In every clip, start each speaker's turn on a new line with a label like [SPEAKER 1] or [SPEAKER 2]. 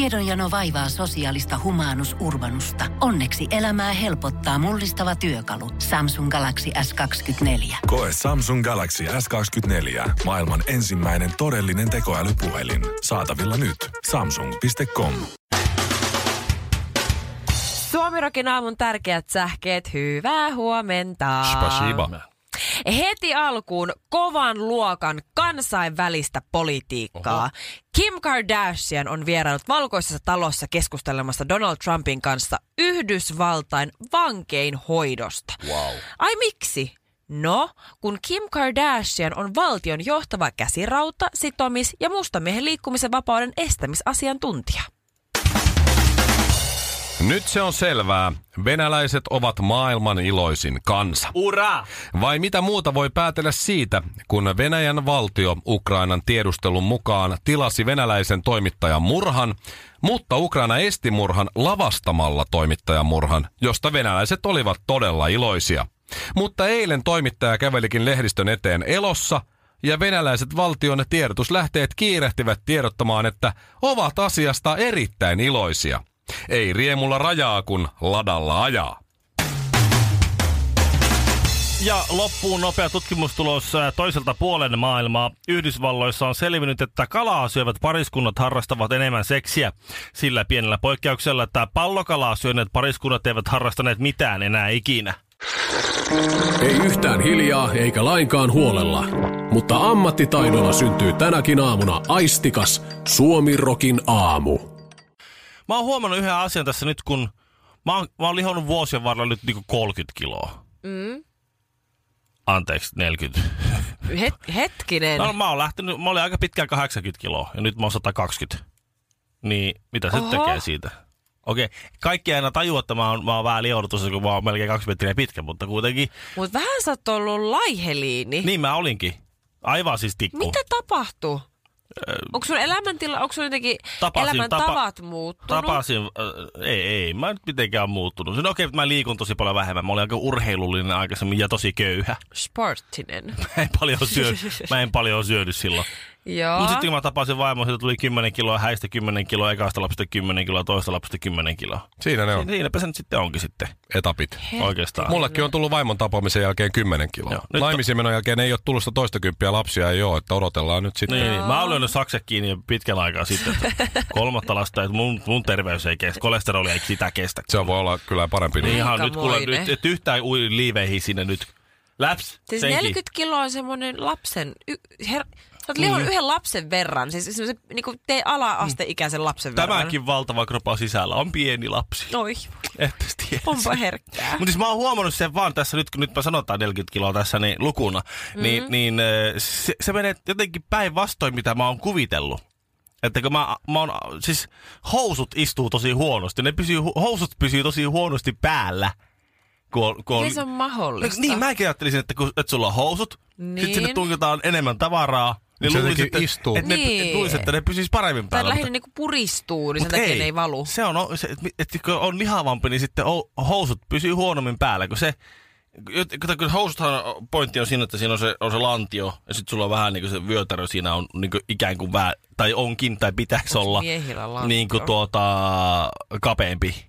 [SPEAKER 1] Tiedonjano vaivaa sosiaalista humanus urbanusta. Onneksi elämää helpottaa mullistava työkalu. Samsung Galaxy S24.
[SPEAKER 2] Koe Samsung Galaxy S24. Maailman ensimmäinen todellinen tekoälypuhelin. Saatavilla nyt. Samsung.com.
[SPEAKER 3] Suomirokin aamun tärkeät sähkeet, hyvää huomenta.
[SPEAKER 4] Spasiba.
[SPEAKER 3] Heti alkuun kovan luokan kansainvälistä politiikkaa. Oho. Kim Kardashian on vieraillut valkoisessa talossa keskustelemassa Donald Trumpin kanssa Yhdysvaltain vankein hoidosta.
[SPEAKER 4] Wow.
[SPEAKER 3] Ai miksi? No, kun Kim Kardashian on valtion johtava käsirauta, sitomis- ja mustamiehen liikkumisen vapauden estämisasiantuntija.
[SPEAKER 4] Nyt se on selvää. Venäläiset ovat maailman iloisin kansa.
[SPEAKER 5] Ura!
[SPEAKER 4] Vai mitä muuta voi päätellä siitä, kun Venäjän valtio Ukrainan tiedustelun mukaan tilasi venäläisen toimittajan murhan, mutta Ukraina esti murhan lavastamalla toimittajan murhan, josta venäläiset olivat todella iloisia. Mutta eilen toimittaja kävelikin lehdistön eteen elossa, ja venäläiset valtion tiedotuslähteet kiirehtivät tiedottamaan, että ovat asiasta erittäin iloisia. Ei riemulla rajaa, kun ladalla ajaa.
[SPEAKER 5] Ja loppuun nopea tutkimustulos ää, toiselta puolen maailmaa. Yhdysvalloissa on selvinnyt, että kalaa syövät pariskunnat harrastavat enemmän seksiä. Sillä pienellä poikkeuksella, että pallokalaa syöneet pariskunnat eivät harrastaneet mitään enää ikinä.
[SPEAKER 6] Ei yhtään hiljaa eikä lainkaan huolella, mutta ammattitaidolla syntyy tänäkin aamuna aistikas Suomirokin aamu.
[SPEAKER 5] Mä oon huomannut yhden asian tässä nyt, kun mä oon, mä oon lihonnut vuosien varrella nyt niinku 30 kiloa. Mm. Anteeksi, 40.
[SPEAKER 3] Het- hetkinen.
[SPEAKER 5] No, mä, oon lähtenyt, mä olin aika pitkään 80 kiloa ja nyt mä oon 120. Niin mitä se
[SPEAKER 3] Oho.
[SPEAKER 5] tekee siitä? Okei, kaikki ei aina tajua, että mä oon, mä oon vähän lioudutussa, kun mä oon melkein kaksi metriä pitkä, mutta kuitenkin.
[SPEAKER 3] Mutta vähän sä oot ollut laiheliini.
[SPEAKER 5] Niin mä olinkin. Aivan siis tikku.
[SPEAKER 3] Mitä tapahtuu? Onko sun elämäntila, onko sun jotenkin
[SPEAKER 5] Tapasin-
[SPEAKER 3] elämäntavat
[SPEAKER 5] tapa-
[SPEAKER 3] muuttunut?
[SPEAKER 5] Tapasin, äh, ei, ei, mä en nyt mitenkään muuttunut. No okei, että mä liikun tosi paljon vähemmän. Mä olin aika urheilullinen aikaisemmin ja tosi köyhä.
[SPEAKER 3] Sporttinen.
[SPEAKER 5] Mä en paljon, syö, mä en paljon syödy silloin.
[SPEAKER 3] Joo.
[SPEAKER 5] Mutta sitten kun mä tapasin vaimon, sieltä tuli 10 kiloa, häistä 10 kiloa, ekasta lapsesta 10 kiloa, toista lapsesta 10 kiloa.
[SPEAKER 4] Siinä ne
[SPEAKER 5] No.
[SPEAKER 4] on,
[SPEAKER 5] Siinäpä se nyt sitten onkin sitten
[SPEAKER 4] etapit.
[SPEAKER 5] oikeastaan.
[SPEAKER 4] Mullekin on tullut vaimon tapaamisen jälkeen 10
[SPEAKER 5] Joo,
[SPEAKER 4] kiloa.
[SPEAKER 5] nyt on-
[SPEAKER 4] Naimisimenon jälkeen ei ole tulosta toista kymppiä lapsia, ei ole, että odotellaan nyt sitten.
[SPEAKER 5] Niin, niin. Mä oon lyönyt sakset kiinni jo pitkän aikaa sitten. että Kolmatta lasta, että mun, mun terveys ei kestä, kolesteroli ei sitä kestä.
[SPEAKER 4] Se voi olla kyllä parempi.
[SPEAKER 5] Niin
[SPEAKER 4] Niin.
[SPEAKER 5] ihan nyt kuule,
[SPEAKER 3] Aikamoinen.
[SPEAKER 5] nyt, et yhtään ui liiveihin sinne nyt. Läps,
[SPEAKER 3] Siis
[SPEAKER 5] senkin.
[SPEAKER 3] 40 kiloa on semmoinen lapsen... Y, her, sä oot lihon mm. yhden lapsen verran, siis semmoisen niinku te ala-asteikäisen lapsen verran.
[SPEAKER 5] Mm. Tämäkin valtava kropa sisällä on pieni lapsi.
[SPEAKER 3] Oi,
[SPEAKER 5] Ette tiedä.
[SPEAKER 3] onpa herkkää.
[SPEAKER 5] Mutta siis mä oon huomannut sen vaan tässä nyt, kun nyt mä sanotaan 40 kiloa tässä niin lukuna, mm-hmm. niin, niin ö, se, se menee jotenkin päinvastoin, mitä mä oon kuvitellut. Että kun mä, mä oon, siis housut istuu tosi huonosti, ne pysyy, hu- housut pysyy tosi huonosti päällä. Kun on, kun on,
[SPEAKER 3] Miten se on mahdollista?
[SPEAKER 5] niin, mä ajattelisin, että, kun, että sulla on housut, niin.
[SPEAKER 3] Niin.
[SPEAKER 5] sitten sinne tunketaan enemmän tavaraa, niin
[SPEAKER 4] Se
[SPEAKER 5] luulisin,
[SPEAKER 4] jotenkin
[SPEAKER 5] että,
[SPEAKER 4] istuu.
[SPEAKER 5] että, ne,
[SPEAKER 3] Niin.
[SPEAKER 5] luulis, että ne pysyis paremmin
[SPEAKER 3] Tai
[SPEAKER 5] päällä.
[SPEAKER 3] lähinnä
[SPEAKER 5] mutta-
[SPEAKER 3] niinku puristuu, niin sen
[SPEAKER 5] Mut
[SPEAKER 3] takia ei. ne ei valu.
[SPEAKER 5] Se on, o- se, että et, kun on lihavampi, niin sitten ou- housut pysyy huonommin päällä, kun se... jot- Kato, kun housuthan pointti on siinä, että siinä on se, on se lantio, ja sitten sulla on vähän niin kuin se vyötärö siinä on niin kuin ikään kuin vähän, tai onkin, tai pitäisi olla
[SPEAKER 3] miehillä lantio?
[SPEAKER 5] niin kuin tuota, kapeampi. Niin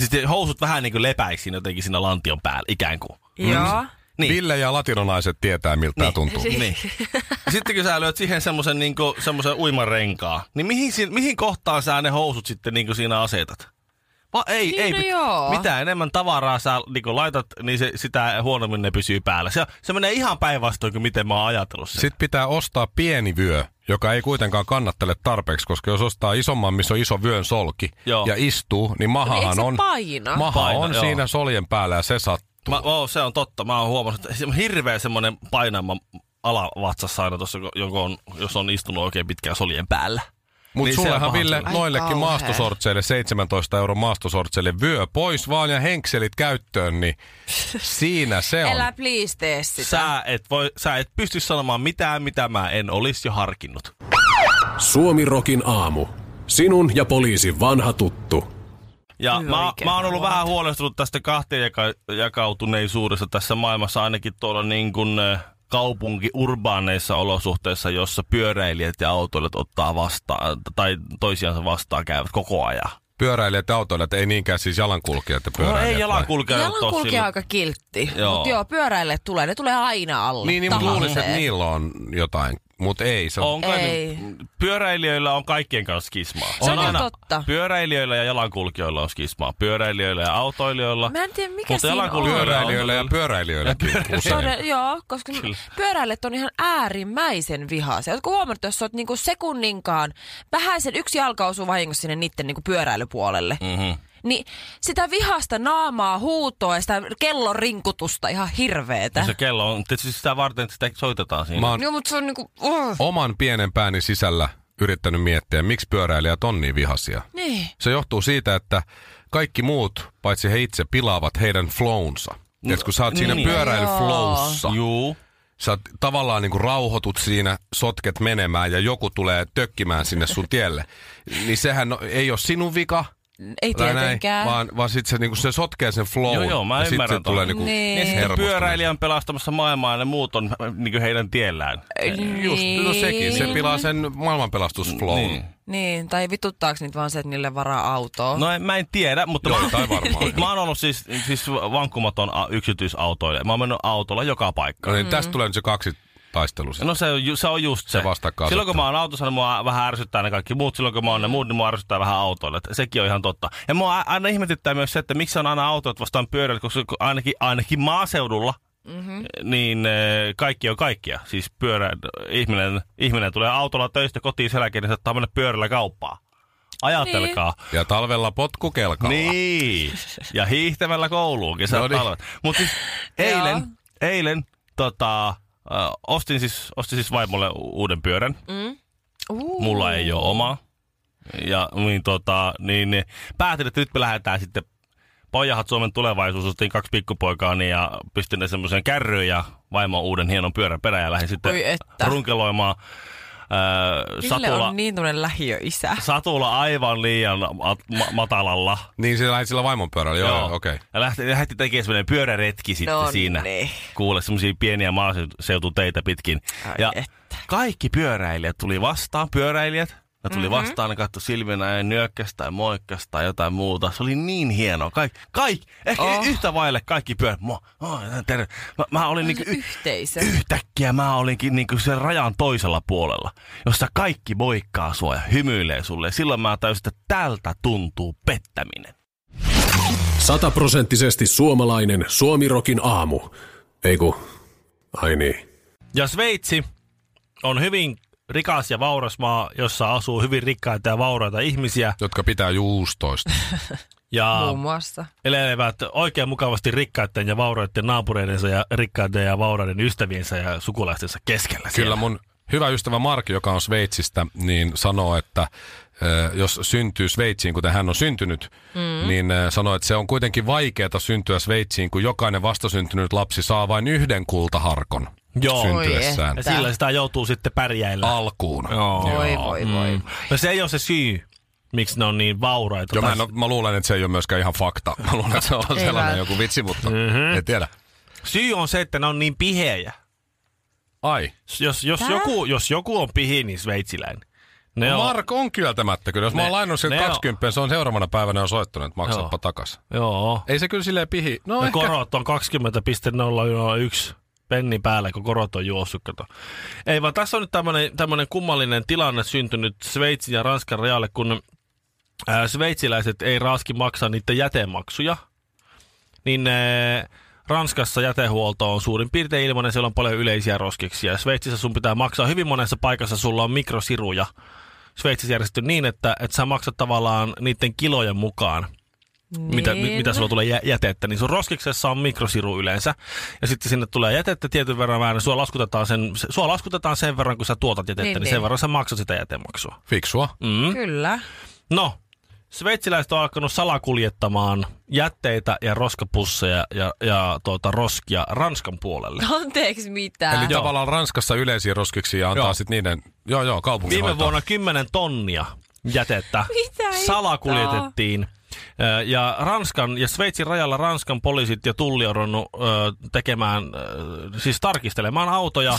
[SPEAKER 5] Sitten housut vähän niin kuin lepäisi siinä jotenkin siinä lantion päällä, ikään kuin.
[SPEAKER 3] Joo.
[SPEAKER 5] Niin.
[SPEAKER 4] Ville ja latinonaiset tietää, miltä tämä tuntuu.
[SPEAKER 3] Siis-
[SPEAKER 5] Niin. Sitten kun sä lyöt siihen semmoisen niin semmoisen uimarenkaa, niin mihin, si- mihin kohtaan sä ne housut sitten niin siinä asetat? Va, ei,
[SPEAKER 3] Niin,
[SPEAKER 5] ei,
[SPEAKER 3] no
[SPEAKER 5] pit-
[SPEAKER 3] joo.
[SPEAKER 5] mitä enemmän tavaraa sä niin laitat, niin se, sitä huonommin ne pysyy päällä. Se, se menee ihan päinvastoin kuin miten mä oon ajatellut sen.
[SPEAKER 4] Sitten pitää ostaa pieni vyö, joka ei kuitenkaan kannattele tarpeeksi, koska jos ostaa isomman, missä on iso vyön solki
[SPEAKER 5] Joo.
[SPEAKER 4] ja istuu, niin
[SPEAKER 3] Niin
[SPEAKER 4] mahahan
[SPEAKER 3] eikö se
[SPEAKER 4] on,
[SPEAKER 3] paina?
[SPEAKER 4] maha
[SPEAKER 5] Paina,
[SPEAKER 4] on
[SPEAKER 5] joo.
[SPEAKER 4] siinä soljen päällä ja se sattuu.
[SPEAKER 5] Mä, oo, se on totta. Mä oon huomannut, että se on hirveä semmoinen painama alavatsassa aina tuossa, kun- joka on, jos on istunut oikein pitkään soljen päällä.
[SPEAKER 4] Mutta
[SPEAKER 5] Niin
[SPEAKER 4] niin
[SPEAKER 5] se on
[SPEAKER 4] sullehan
[SPEAKER 5] paha
[SPEAKER 4] Ville
[SPEAKER 5] tilanne.
[SPEAKER 3] Ai
[SPEAKER 4] noillekin
[SPEAKER 3] kauhea.
[SPEAKER 4] maastosortseille, 17 euron maastosortseille vyö pois vaan ja henkselit käyttöön, niin siinä se on.
[SPEAKER 3] Älä please tee sitä.
[SPEAKER 5] Sä et, voi, sä et pysty sanomaan mitään, mitä mä en olisi jo harkinnut.
[SPEAKER 6] Suomirokin aamu. Sinun ja poliisin vanha tuttu.
[SPEAKER 5] Ja
[SPEAKER 3] Hyvä
[SPEAKER 5] mä,
[SPEAKER 3] oikein
[SPEAKER 5] mä oon ollut
[SPEAKER 3] huomata.
[SPEAKER 5] vähän huolestunut tästä kahteen jaka- jakautuneisuudessa tässä maailmassa, ainakin tuolla niin kuin, äh, kaupunki urbaaneissa olosuhteissa, jossa pyöräilijät ja autoilijat ottaa vastaan, tai toisiansa vastaan käyvät koko ajan.
[SPEAKER 4] No Pyöräilijät ja autoilijat, ei niinkään siis jalankulkijat ja
[SPEAKER 5] No
[SPEAKER 4] pyöräilijät.
[SPEAKER 5] ei jalankulkija nyt oo
[SPEAKER 3] Jalankulkija on
[SPEAKER 5] sillä-
[SPEAKER 3] aika kiltti,
[SPEAKER 5] Joo.
[SPEAKER 3] mutta joo, pyöräille tulee, ne tulee aina alle.
[SPEAKER 4] Niin, niin mutta luulisin, että
[SPEAKER 3] tahalleen.
[SPEAKER 4] niillä on jotain, mutta ei. Se on,
[SPEAKER 5] On kai
[SPEAKER 3] Ei.
[SPEAKER 5] nyt- Pyöräilijöillä on kaikkien kanssa skismaa.
[SPEAKER 3] Se on ihan totta.
[SPEAKER 5] Pyöräilijöillä ja jalankulkijoilla on skismaa. Pyöräilijöillä ja autoilijoilla.
[SPEAKER 3] Mä en tiedä, mikä
[SPEAKER 5] Mutta
[SPEAKER 3] siinä on.
[SPEAKER 5] jalankulkijoilla ja
[SPEAKER 4] pyöräilijöillä ja
[SPEAKER 5] autoilijoilla-
[SPEAKER 4] pyöräilijöilläkin usein.
[SPEAKER 3] Todella, joo, koska
[SPEAKER 5] Kyllä.
[SPEAKER 3] pyöräilijät on ihan äärimmäisen vihaisia. Oletko huomannut, että jos sä oot niinku sekunninkaan, vähäisen yksi jalka osuu vahingossa sinne niiden niinku pyöräilypuolelle, mm-hmm. niin sitä vihasta naamaa, huutoa ja sitä kellon rinkutusta ihan hirveetä.
[SPEAKER 5] No Se kello on tietysti sitä varten, että sitä soitetaan siinä.
[SPEAKER 4] Mä oon
[SPEAKER 3] Joo, mutta se on niinku... Uh,
[SPEAKER 4] oman pienen pääni sisällä yrittänyt miettiä, miksi pyöräilijät on niin vihaisia.
[SPEAKER 3] niin.
[SPEAKER 4] Se johtuu siitä, että kaikki muut, paitsi he itse, pilaavat heidän flownsa. Et kun sä oot siinä
[SPEAKER 5] niin.
[SPEAKER 4] pyöräilyflowssa,
[SPEAKER 5] Juu.
[SPEAKER 4] sä oot tavallaan niinku rauhoitut siinä, sotket menemään ja joku tulee tökkimään sinne sun tielle. Niin sehän no- ei ole sinun vika,
[SPEAKER 3] Ei
[SPEAKER 4] tai näin,
[SPEAKER 3] tietenkään.
[SPEAKER 4] vaan, vaan sit se, niinku, se sotkee sen flown.
[SPEAKER 5] Joo, joo, mä
[SPEAKER 4] ja sit se
[SPEAKER 5] ymmärrän
[SPEAKER 4] tulee
[SPEAKER 5] ton.
[SPEAKER 4] niinku
[SPEAKER 3] Niin.
[SPEAKER 5] Niin sitten
[SPEAKER 4] hermostunut.
[SPEAKER 5] pyöräilijä on pelastamassa maailmaa ja ne muut on niin heidän tiellään.
[SPEAKER 3] Niin.
[SPEAKER 4] Just, no sekin, se pilaa sen maailmanpelastusflown. Niin.
[SPEAKER 5] Niin.
[SPEAKER 3] Niin, tai vituttaako niitä vaan se, että niille varaa autoa?
[SPEAKER 5] No en, mä en tiedä, mutta mä,
[SPEAKER 4] Joitain varmaan.
[SPEAKER 5] mä oon ollut siis, siis vankkumaton a- yksityisautoilija. Mä oon mennyt autolla joka paikka.
[SPEAKER 4] No niin,
[SPEAKER 3] Mm.
[SPEAKER 4] tästä tulee nyt se kaksi taistelu. No,
[SPEAKER 5] No se, on ju- se on just se.
[SPEAKER 4] vastakkainasettelu.
[SPEAKER 5] silloin kun mä oon autossa, niin mua vähän ärsyttää ne kaikki muut. Silloin kun mä oon ne muut, niin mua ärsyttää vähän autoilla. Et Sekin on ihan totta. Ja mua a- aina ihmetyttää myös se, että miksi on aina autot vastaan pyöräilyt, koska kun ainakin, ainakin maaseudulla mm-hmm. niin eh, kaikki on kaikkia. Siis pyörä, ihminen, ihminen tulee autolla töistä kotiin sen jälkeen, niin saattaa mennä pyörällä kauppaan. Ajatelkaa.
[SPEAKER 4] ja talvella potkukelkalla.
[SPEAKER 5] Niin. Ja hiihtämällä kouluun kesän
[SPEAKER 4] No
[SPEAKER 5] no
[SPEAKER 4] niin.
[SPEAKER 5] niin. talvet. Mutta siis eilen, eilen tota, ö, ostin, siis, ostin siis vaimolle u- uuden pyörän.
[SPEAKER 3] Mm. Uu.
[SPEAKER 5] Mulla ei ole omaa. Ja niin, tota, niin, niin päätin, että nyt me lähdetään sitten Pojahat Suomen tulevaisuus, ostin kaksi pikkupoikaa niin, ja pistin ne semmoiseen kärryyn ja vaimo uuden hienon pyörän perään ja lähdin sitten
[SPEAKER 3] Oi että.
[SPEAKER 5] runkeloimaan. Äh,
[SPEAKER 3] Ville
[SPEAKER 5] satula,
[SPEAKER 3] on niin tuollainen lähiöisä.
[SPEAKER 5] satula aivan liian ma- ma- matalalla.
[SPEAKER 4] Niin se lähti sillä vaimon pyörällä, joo, joo. okei. Okay.
[SPEAKER 5] Ja lähti, lähti tekemään semmoinen pyöräretki sitten
[SPEAKER 3] No
[SPEAKER 5] siinä.
[SPEAKER 3] niin.
[SPEAKER 5] Kuule, semmoisia pieniä maaseututeitä pitkin.
[SPEAKER 3] Ai
[SPEAKER 5] ja
[SPEAKER 3] että.
[SPEAKER 5] kaikki pyöräilijät tuli vastaan, pyöräilijät. Ne
[SPEAKER 3] Mhm.
[SPEAKER 5] tuli mm-hmm. vastaan, ne katsoi silmänä ja nyökkäsi tai moikkasi tai jotain muuta. Se oli niin hienoa. Kaik, kaik, ehkä
[SPEAKER 3] Oh.
[SPEAKER 5] oh. yhtä vaille kaikki pyörä. Mä, oh, terve. Mä, mä olin niinku
[SPEAKER 3] Niin
[SPEAKER 5] y-
[SPEAKER 3] Yhteisö.
[SPEAKER 5] yhtäkkiä mä olinkin niinku sen rajan toisella puolella, jossa kaikki moikkaa sua ja hymyilee sulle. Ja silloin mä tajusin, että tältä tuntuu pettäminen.
[SPEAKER 6] Sataprosenttisesti suomalainen Suomirokin aamu. Ei ku, ai niin.
[SPEAKER 5] Ja Sveitsi on hyvin rikas ja vauras maa, jossa asuu hyvin rikkaita ja vauraita ihmisiä
[SPEAKER 4] Jotka pitää juustoista.
[SPEAKER 5] ja
[SPEAKER 3] Muun muassa.
[SPEAKER 5] elelevät oikein mukavasti rikkaiden ja vauraiden naapureidensa ja rikkaiden ja vauraiden ystäviensä ja sukulaistensa keskellä.
[SPEAKER 4] Kyllä mun hyvä ystävä Mark, joka on Sveitsistä, niin sanoo, että ö, jos syntyy Sveitsiin, kuten hän on syntynyt, mm. niin ö, sanoo, että se on kuitenkin vaikeaa syntyä Sveitsiin, kun jokainen vastasyntynyt lapsi saa vain yhden kultaharkon
[SPEAKER 5] Joo.
[SPEAKER 4] syntyessään
[SPEAKER 3] Oi
[SPEAKER 5] Ja sillä sitä joutuu sitten pärjäillä.
[SPEAKER 4] Ah. alkuun.
[SPEAKER 3] Voi, voi, voi.
[SPEAKER 5] No se ei ole se syy, miksi ne on niin vauraita.
[SPEAKER 4] Joo, mä,
[SPEAKER 5] Tai-
[SPEAKER 4] en, ole- mä luulen, että se ei ole myöskään ihan fakta. Mä luulen, että se on sellainen
[SPEAKER 3] välttämättä.
[SPEAKER 4] joku vitsi, mutta mm-hmm. en tiedä.
[SPEAKER 5] Syy on se, että ne on niin pihejä.
[SPEAKER 4] Ai,
[SPEAKER 5] Jos, jos,
[SPEAKER 3] Tää?
[SPEAKER 5] joku, jos joku on pihi, niin sveitsiläinen. Ne
[SPEAKER 4] no
[SPEAKER 5] on-
[SPEAKER 4] Mark on kyöltämättä kyllä. Jos mä
[SPEAKER 5] Ne-
[SPEAKER 4] oon lainannut sen
[SPEAKER 5] ne on-
[SPEAKER 4] 20, se on seuraavana päivänä on soittanut, että maksatpa
[SPEAKER 5] Joo.
[SPEAKER 4] takas.
[SPEAKER 5] Joo.
[SPEAKER 4] Ei se kyllä silleen pihi. No,
[SPEAKER 5] No
[SPEAKER 4] ehkä.
[SPEAKER 5] korot on 20,001 penni päällä, kun korot on juossut. Kato. Ei vaan tässä on nyt tämmönen, tämmönen kummallinen tilanne syntynyt Sveitsin ja Ranskan rajalle, kun ää, sveitsiläiset ei raaski maksaa niitä jätemaksuja. Niin ää, Ranskassa jätehuolto on suurin piirtein ilmainen, siellä on paljon yleisiä roskiksia. Ja Sveitsissä sun pitää maksaa hyvin monessa paikassa, sulla on mikrosiruja. Sveitsissä järjestetty niin, että, että sä maksat tavallaan niiden kilojen mukaan
[SPEAKER 3] Niin.
[SPEAKER 5] Mm. mitä, mi- mitä sulla tulee jä- jätettä, niin sun roskiksessa on mikrosiru yleensä. Ja sitten sinne tulee jätettä tietyn verran vähän, sua laskutetaan sen, se- sua laskutetaan sen verran, kun sä tuotat jätettä,
[SPEAKER 3] Niin,
[SPEAKER 5] niin, niin,
[SPEAKER 3] niin.
[SPEAKER 5] sen verran sä maksat sitä jätemaksua.
[SPEAKER 4] Fiksua.
[SPEAKER 5] Mm.
[SPEAKER 3] Kyllä.
[SPEAKER 5] No, sveitsiläiset on alkanut salakuljettamaan jätteitä ja roskapusseja ja, ja tuota, roskia Ranskan puolelle.
[SPEAKER 3] Anteeksi mitä.
[SPEAKER 4] Eli
[SPEAKER 5] Joo.
[SPEAKER 4] tavallaan Ranskassa yleisiä roskiksi ja antaa
[SPEAKER 5] Joo.
[SPEAKER 4] sitten niiden, joo joo, kaupunki
[SPEAKER 5] Viime
[SPEAKER 4] hoitaa.
[SPEAKER 5] vuonna 10 tonnia jätettä
[SPEAKER 3] Mitä hittoa?
[SPEAKER 5] salakuljetettiin Ö, Ja Ranskan ja Sveitsin rajalla Ranskan poliisit ja tulli on ruvennut ö, tekemään, ö, siis tarkistelemaan autoja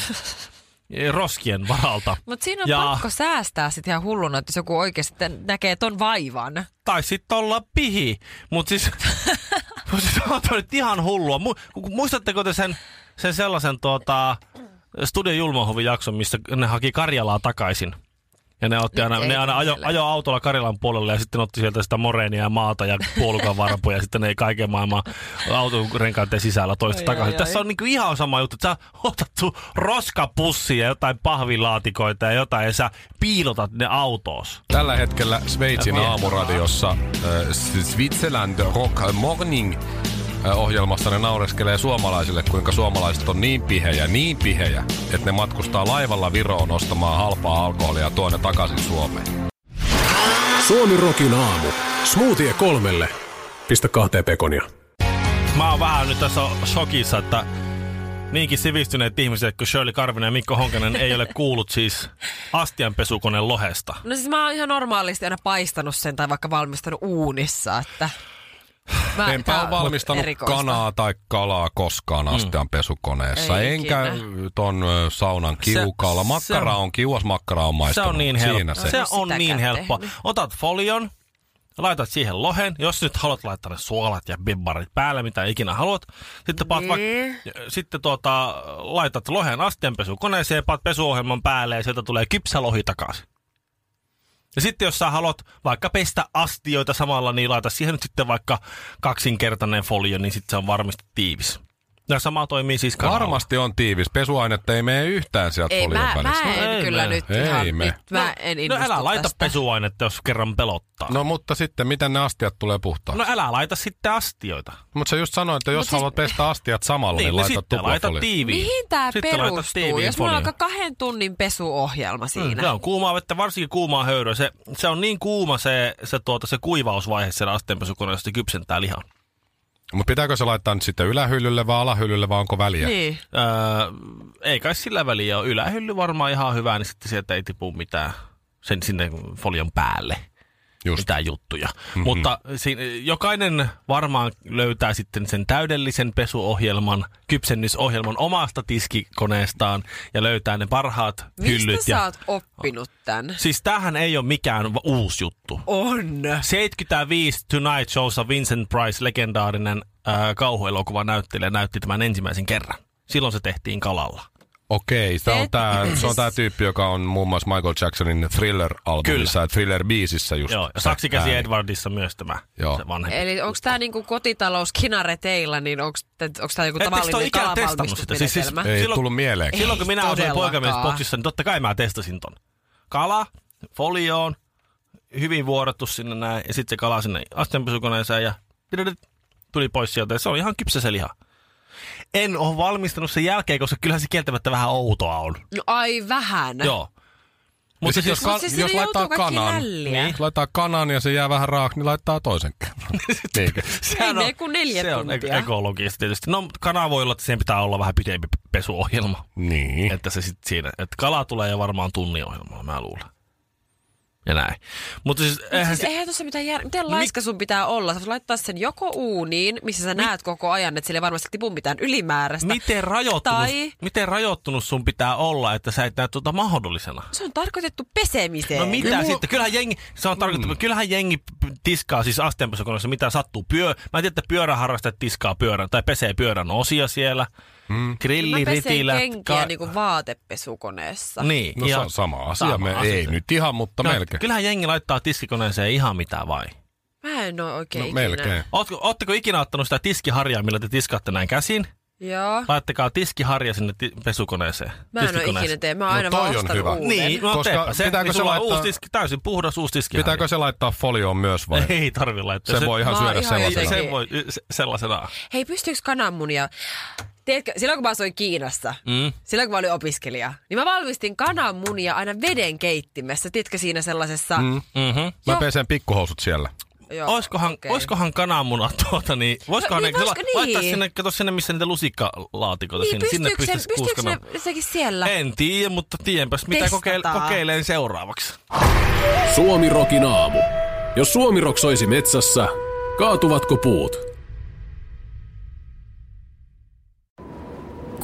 [SPEAKER 5] ö, roskien varalta.
[SPEAKER 3] Mutta siinä on
[SPEAKER 5] Ja-
[SPEAKER 3] ja... pakko säästää sitten ihan hulluna, että jos joku oikeasti tän- näkee ton vaivan.
[SPEAKER 5] Tai sitten olla pihi. Mutta siis, mut siis on toi nyt ihan hullua. Mu- ku- muistatteko te sen, sen sellaisen tuota, Studio Julmahovin jakson, missä ne haki Karjalaa takaisin? Ja ne, otti
[SPEAKER 3] Nyt
[SPEAKER 5] aina,
[SPEAKER 3] ei
[SPEAKER 5] ne aina ajo,
[SPEAKER 3] mieleen.
[SPEAKER 5] ajo, autolla Karjalan puolelle ja sitten otti sieltä sitä moreenia ja maata ja puolukan varpuja ja sitten ne ei kaiken maailman autorenkaiden sisällä toista
[SPEAKER 3] Oi,
[SPEAKER 5] takaisin.
[SPEAKER 3] oi,
[SPEAKER 5] Tässä
[SPEAKER 3] oi.
[SPEAKER 5] on niinku ihan sama juttu, että sä oot otettu roskapussia ja jotain pahvilaatikoita ja jotain ja sä piilotat ne autoos.
[SPEAKER 4] Tällä hetkellä Sveitsin aamuradiossa äh, Switzerland Rock Morning äh, ohjelmassa ne naureskelee suomalaisille, kuinka suomalaiset on niin pihejä, niin pihejä, että ne matkustaa laivalla Viroon ostamaan halpaa alkoholia ja tuo ne takaisin Suomeen.
[SPEAKER 6] Suomi Rokin aamu. Smoothie kolmelle. Pistä kahteen pekonia.
[SPEAKER 5] Mä oon vähän nyt tässä shokissa, että niinkin sivistyneet ihmiset kuin Shirley Karvinen ja Mikko Honkanen ei ole kuullut siis astianpesukoneen lohesta.
[SPEAKER 3] No siis mä oon ihan normaalisti aina paistanut sen tai vaikka valmistanut uunissa, että... Mä,
[SPEAKER 4] Enpä
[SPEAKER 3] Ah, tää
[SPEAKER 4] ole
[SPEAKER 3] on
[SPEAKER 4] valmistanut
[SPEAKER 3] erikoista.
[SPEAKER 4] kanaa tai kalaa koskaan
[SPEAKER 5] Mm.
[SPEAKER 4] astian pesukoneessa.
[SPEAKER 3] Ei
[SPEAKER 4] Enkä
[SPEAKER 3] ikinä.
[SPEAKER 4] ton ö, saunan kiukaalla.
[SPEAKER 5] se
[SPEAKER 4] Makkara
[SPEAKER 5] on-
[SPEAKER 4] on, kiuas makkara on
[SPEAKER 5] Se
[SPEAKER 4] maistunut.
[SPEAKER 5] on niin
[SPEAKER 4] Siinä
[SPEAKER 5] helppo.
[SPEAKER 4] se.
[SPEAKER 5] Se,
[SPEAKER 3] En
[SPEAKER 5] se
[SPEAKER 3] oo
[SPEAKER 5] on
[SPEAKER 3] sitäkään
[SPEAKER 5] niin helppo.
[SPEAKER 3] tehnyt.
[SPEAKER 5] Otat folion, laitat siihen lohen, jos nyt haluat laittaa ne suolat ja bibbarit päälle, mitä ikinä haluat. Sitten, paat
[SPEAKER 3] Niin.
[SPEAKER 5] vaikka, sitten tuota, laitat lohen astianpesukoneeseen, paat pesuohjelman päälle ja sieltä tulee kypsä lohi takaisin. Ja sitten jos sä haluat vaikka pestä astioita samalla, niin laita siihen nyt sitten vaikka kaksinkertainen folio, niin sitten se on varmasti tiivis. Ja sama toimii siis kanalla.
[SPEAKER 4] Varmasti on tiivis. Pesuainetta ei mene yhtään sieltä
[SPEAKER 3] Ei,
[SPEAKER 4] folion
[SPEAKER 3] mä, mä
[SPEAKER 4] välistä.
[SPEAKER 3] en
[SPEAKER 5] No ei
[SPEAKER 3] kyllä
[SPEAKER 5] me.
[SPEAKER 3] nyt
[SPEAKER 4] Ei
[SPEAKER 3] ihan...
[SPEAKER 4] me.
[SPEAKER 3] Nyt mä en
[SPEAKER 5] No
[SPEAKER 3] innostu
[SPEAKER 5] älä laita
[SPEAKER 3] tästä.
[SPEAKER 5] pesuainetta, jos kerran pelottaa.
[SPEAKER 4] No mutta sitten, miten ne astiat tulee puhtaaksi?
[SPEAKER 5] No älä laita sitten astioita.
[SPEAKER 4] Mutta sä just sanoit, että jos
[SPEAKER 3] Mut siis-
[SPEAKER 4] haluat pestä astiat samalla, niin,
[SPEAKER 5] Niin,
[SPEAKER 4] niin
[SPEAKER 5] no
[SPEAKER 4] laita
[SPEAKER 5] sitten laita
[SPEAKER 4] tuplafoliin.
[SPEAKER 5] tiiviin.
[SPEAKER 3] Mihin tämä
[SPEAKER 5] Sitten laita
[SPEAKER 3] perustuu,
[SPEAKER 5] tiiviin
[SPEAKER 3] jos mulla on
[SPEAKER 5] folioon.
[SPEAKER 3] aika kahden tunnin pesuohjelma siinä?
[SPEAKER 5] Mm, Se on kuumaa vettä, varsinkin kuumaa höyryä. Se, se on niin kuuma se, se, tuota, se kuivausvaihe siellä asteenpesukoneessa, että se kypsentää lihan.
[SPEAKER 4] Mutta pitääkö se laittaa nyt sitten ylähyllylle vai alahyllylle vai onko väliä?
[SPEAKER 3] Niin.
[SPEAKER 5] Öö, ei kai sillä väliä ole. Ylähylly varmaan ihan hyvä, niin sitten sieltä ei tipu mitään sen, sinne folion päälle.
[SPEAKER 4] Just.
[SPEAKER 5] mitään juttuja. Mm-hmm. Mutta si- jokainen varmaan löytää sitten sen täydellisen pesuohjelman, kypsennysohjelman omasta tiskikoneestaan ja löytää ne parhaat hyllyt.
[SPEAKER 3] Mistä
[SPEAKER 5] ja...
[SPEAKER 3] sä oot oppinut tän?
[SPEAKER 5] Siis tämähän ei ole mikään va- uusi juttu.
[SPEAKER 3] On.
[SPEAKER 5] 75 Tonight Showssa Vincent Price, legendaarinen äh, kauhuelokuvan näyttelijä, näytti tämän ensimmäisen kerran. Silloin se tehtiin kalalla.
[SPEAKER 4] Okei, se on,
[SPEAKER 3] Et-
[SPEAKER 4] tää, se on tää tyyppi, joka on muun muassa Michael Jacksonin Thriller-albumissa ja Thriller-biisissä just. niin
[SPEAKER 5] Joo, ja
[SPEAKER 4] se
[SPEAKER 5] Saksikäsi
[SPEAKER 4] ääni.
[SPEAKER 5] Edwardissa myös tämä
[SPEAKER 4] Joo.
[SPEAKER 5] se vanhempi.
[SPEAKER 3] Eli onko tämä niinku kotitalous kinareteillä, niin onko tämä joku
[SPEAKER 5] Ettekö te oo
[SPEAKER 3] tavallinen
[SPEAKER 5] ikinä testannut sitä? Siis- siis-
[SPEAKER 3] kalavalmistusmenetelmä?
[SPEAKER 4] Ei
[SPEAKER 5] Silloin-
[SPEAKER 4] tullut mieleen.
[SPEAKER 5] Silloin kun minä asuin
[SPEAKER 3] todellakaan.
[SPEAKER 5] poikamiesboksissa, niin totta kai mä testasin ton. Kala, folioon, hyvin vuorattu sinne näin, ja sitten se kala sinne astianpesukoneeseen ja tidirit, tuli pois sieltä. Ja se on ihan kypsä se liha. En ole valmistanut sen jälkeen, koska kyllähän se kieltämättä vähän outoa on.
[SPEAKER 3] No ai vähän.
[SPEAKER 5] Joo.
[SPEAKER 4] Mutta siis,
[SPEAKER 5] Mutta siis,
[SPEAKER 4] jos,
[SPEAKER 3] Mut siis
[SPEAKER 4] ka- siis
[SPEAKER 3] siinä
[SPEAKER 4] jos laittaa
[SPEAKER 3] joutuu kaikki
[SPEAKER 4] kanan,
[SPEAKER 3] nälliä.
[SPEAKER 4] niin. laittaa kanan ja se jää vähän raaksi, niin laittaa toisen Niin. kanan. Niinkö?
[SPEAKER 3] Ei mene kuin niin, neljä
[SPEAKER 5] se on
[SPEAKER 3] tuntia.
[SPEAKER 5] ek- ekologista tietysti. No, mutta kana voi olla, että siihen pitää olla vähän pidempi pesuohjelma.
[SPEAKER 4] niin.
[SPEAKER 5] Että se sitten siinä, että kala tulee jo varmaan tunnin ohjelmalla, mä luulen. Ja näin. Mutta siis,
[SPEAKER 3] Eihän,
[SPEAKER 5] eihän
[SPEAKER 3] siis,
[SPEAKER 5] se,
[SPEAKER 3] eihän tuossa mitään jär... Miten laiska sun pitää olla? Sä voit laittaa sen joko uuniin, missä sä näet koko ajan, että sillä ei varmasti tipu mitään ylimääräistä.
[SPEAKER 5] miten, rajoittunut,
[SPEAKER 3] Tai
[SPEAKER 5] miten rajoittunut sun pitää olla, että sä et näe tuota mahdollisena?
[SPEAKER 3] se on tarkoitettu pesemiseen.
[SPEAKER 5] No mitä sitten? Kyllähän jengi, se on tarkoitettu, mm. kyllähän jengi p- tiskaa siis asteenpesukoneessa, mitä sattuu. Pyö, mä en tiedä, että pyöräharrastajat tiskaa pyörän, tai pesee pyörän osia siellä. Mm.
[SPEAKER 3] Mä
[SPEAKER 5] Grilli,
[SPEAKER 3] pesen
[SPEAKER 5] ritilät.
[SPEAKER 3] kenkiä ka... niinku vaatepesukoneessa.
[SPEAKER 5] niin,
[SPEAKER 4] No se on sama asia.
[SPEAKER 5] sama
[SPEAKER 4] Me,
[SPEAKER 5] asia.
[SPEAKER 4] Ei nyt ihan, mutta
[SPEAKER 5] No,
[SPEAKER 4] melkein.
[SPEAKER 5] Kyllähän jengi laittaa tiskikoneeseen ihan mitä vai.
[SPEAKER 3] Mä en oo oikein
[SPEAKER 4] No,
[SPEAKER 3] ikinä.
[SPEAKER 4] melkein.
[SPEAKER 5] Ootko, ootteko ikinä ottanut sitä tiskiharjaa, millä te tiskaatte näin käsin?
[SPEAKER 3] Joo.
[SPEAKER 5] Laittakaa tiskiharja sinne ti- pesukoneeseen.
[SPEAKER 3] Mä en oo
[SPEAKER 5] tiskikoneeseen.
[SPEAKER 3] ikinä tee. Mä oon
[SPEAKER 4] No
[SPEAKER 3] aina
[SPEAKER 4] toi
[SPEAKER 3] vaan
[SPEAKER 4] on
[SPEAKER 3] ostanut
[SPEAKER 4] hyvä.
[SPEAKER 3] uuden.
[SPEAKER 5] Niin, no
[SPEAKER 4] Koska
[SPEAKER 5] teepä se,
[SPEAKER 4] pitääkö
[SPEAKER 5] niin
[SPEAKER 4] se
[SPEAKER 5] sulla on
[SPEAKER 4] laittaa-
[SPEAKER 5] uusi tiski, täysin puhdas uusi tiski.
[SPEAKER 4] Pitääkö se laittaa folioon myös vai?
[SPEAKER 5] Ei tarvi laittaa.
[SPEAKER 4] Se voi ihan
[SPEAKER 3] Mä oon
[SPEAKER 4] syödä
[SPEAKER 3] ihan
[SPEAKER 4] sellaisena.
[SPEAKER 3] jotenkin-
[SPEAKER 5] sen voi y- se- sellaisenaan.
[SPEAKER 3] Hei, pystyykö kananmunia? Tiedätkö, silloin kun mä asuin Kiinassa, mm. silloin kun mä olin opiskelija, niin mä valmistin kananmunia aina veden keittimessä. Tiedätkö siinä sellaisessa... Mm.
[SPEAKER 5] Mm-hmm.
[SPEAKER 4] Mä
[SPEAKER 3] Joo.
[SPEAKER 4] pesen pikkuhousut siellä.
[SPEAKER 3] Joo,
[SPEAKER 5] Oiskohan, okay. oiskohan kananmunat tuota, niin voisikohan
[SPEAKER 3] No
[SPEAKER 5] ne
[SPEAKER 3] niin,
[SPEAKER 5] kyllä
[SPEAKER 3] voisiko
[SPEAKER 5] laittaa
[SPEAKER 3] niin?
[SPEAKER 5] sinne, kato sinne missä niitä lusikkalaatikoita
[SPEAKER 3] niin,
[SPEAKER 5] sinne, sinne
[SPEAKER 3] pystyykö, se,
[SPEAKER 5] pystyisi
[SPEAKER 3] pystyykö
[SPEAKER 5] kuuskamaan.
[SPEAKER 3] ne jotenkin siellä?
[SPEAKER 5] En tiedä, mutta tiedänpäs mitä kokeil-
[SPEAKER 3] Testataan.
[SPEAKER 5] kokeilen seuraavaksi.
[SPEAKER 6] Suomi Rokin aamu. Jos Suomi Rock soisi metsässä, Kaatuvatko puut?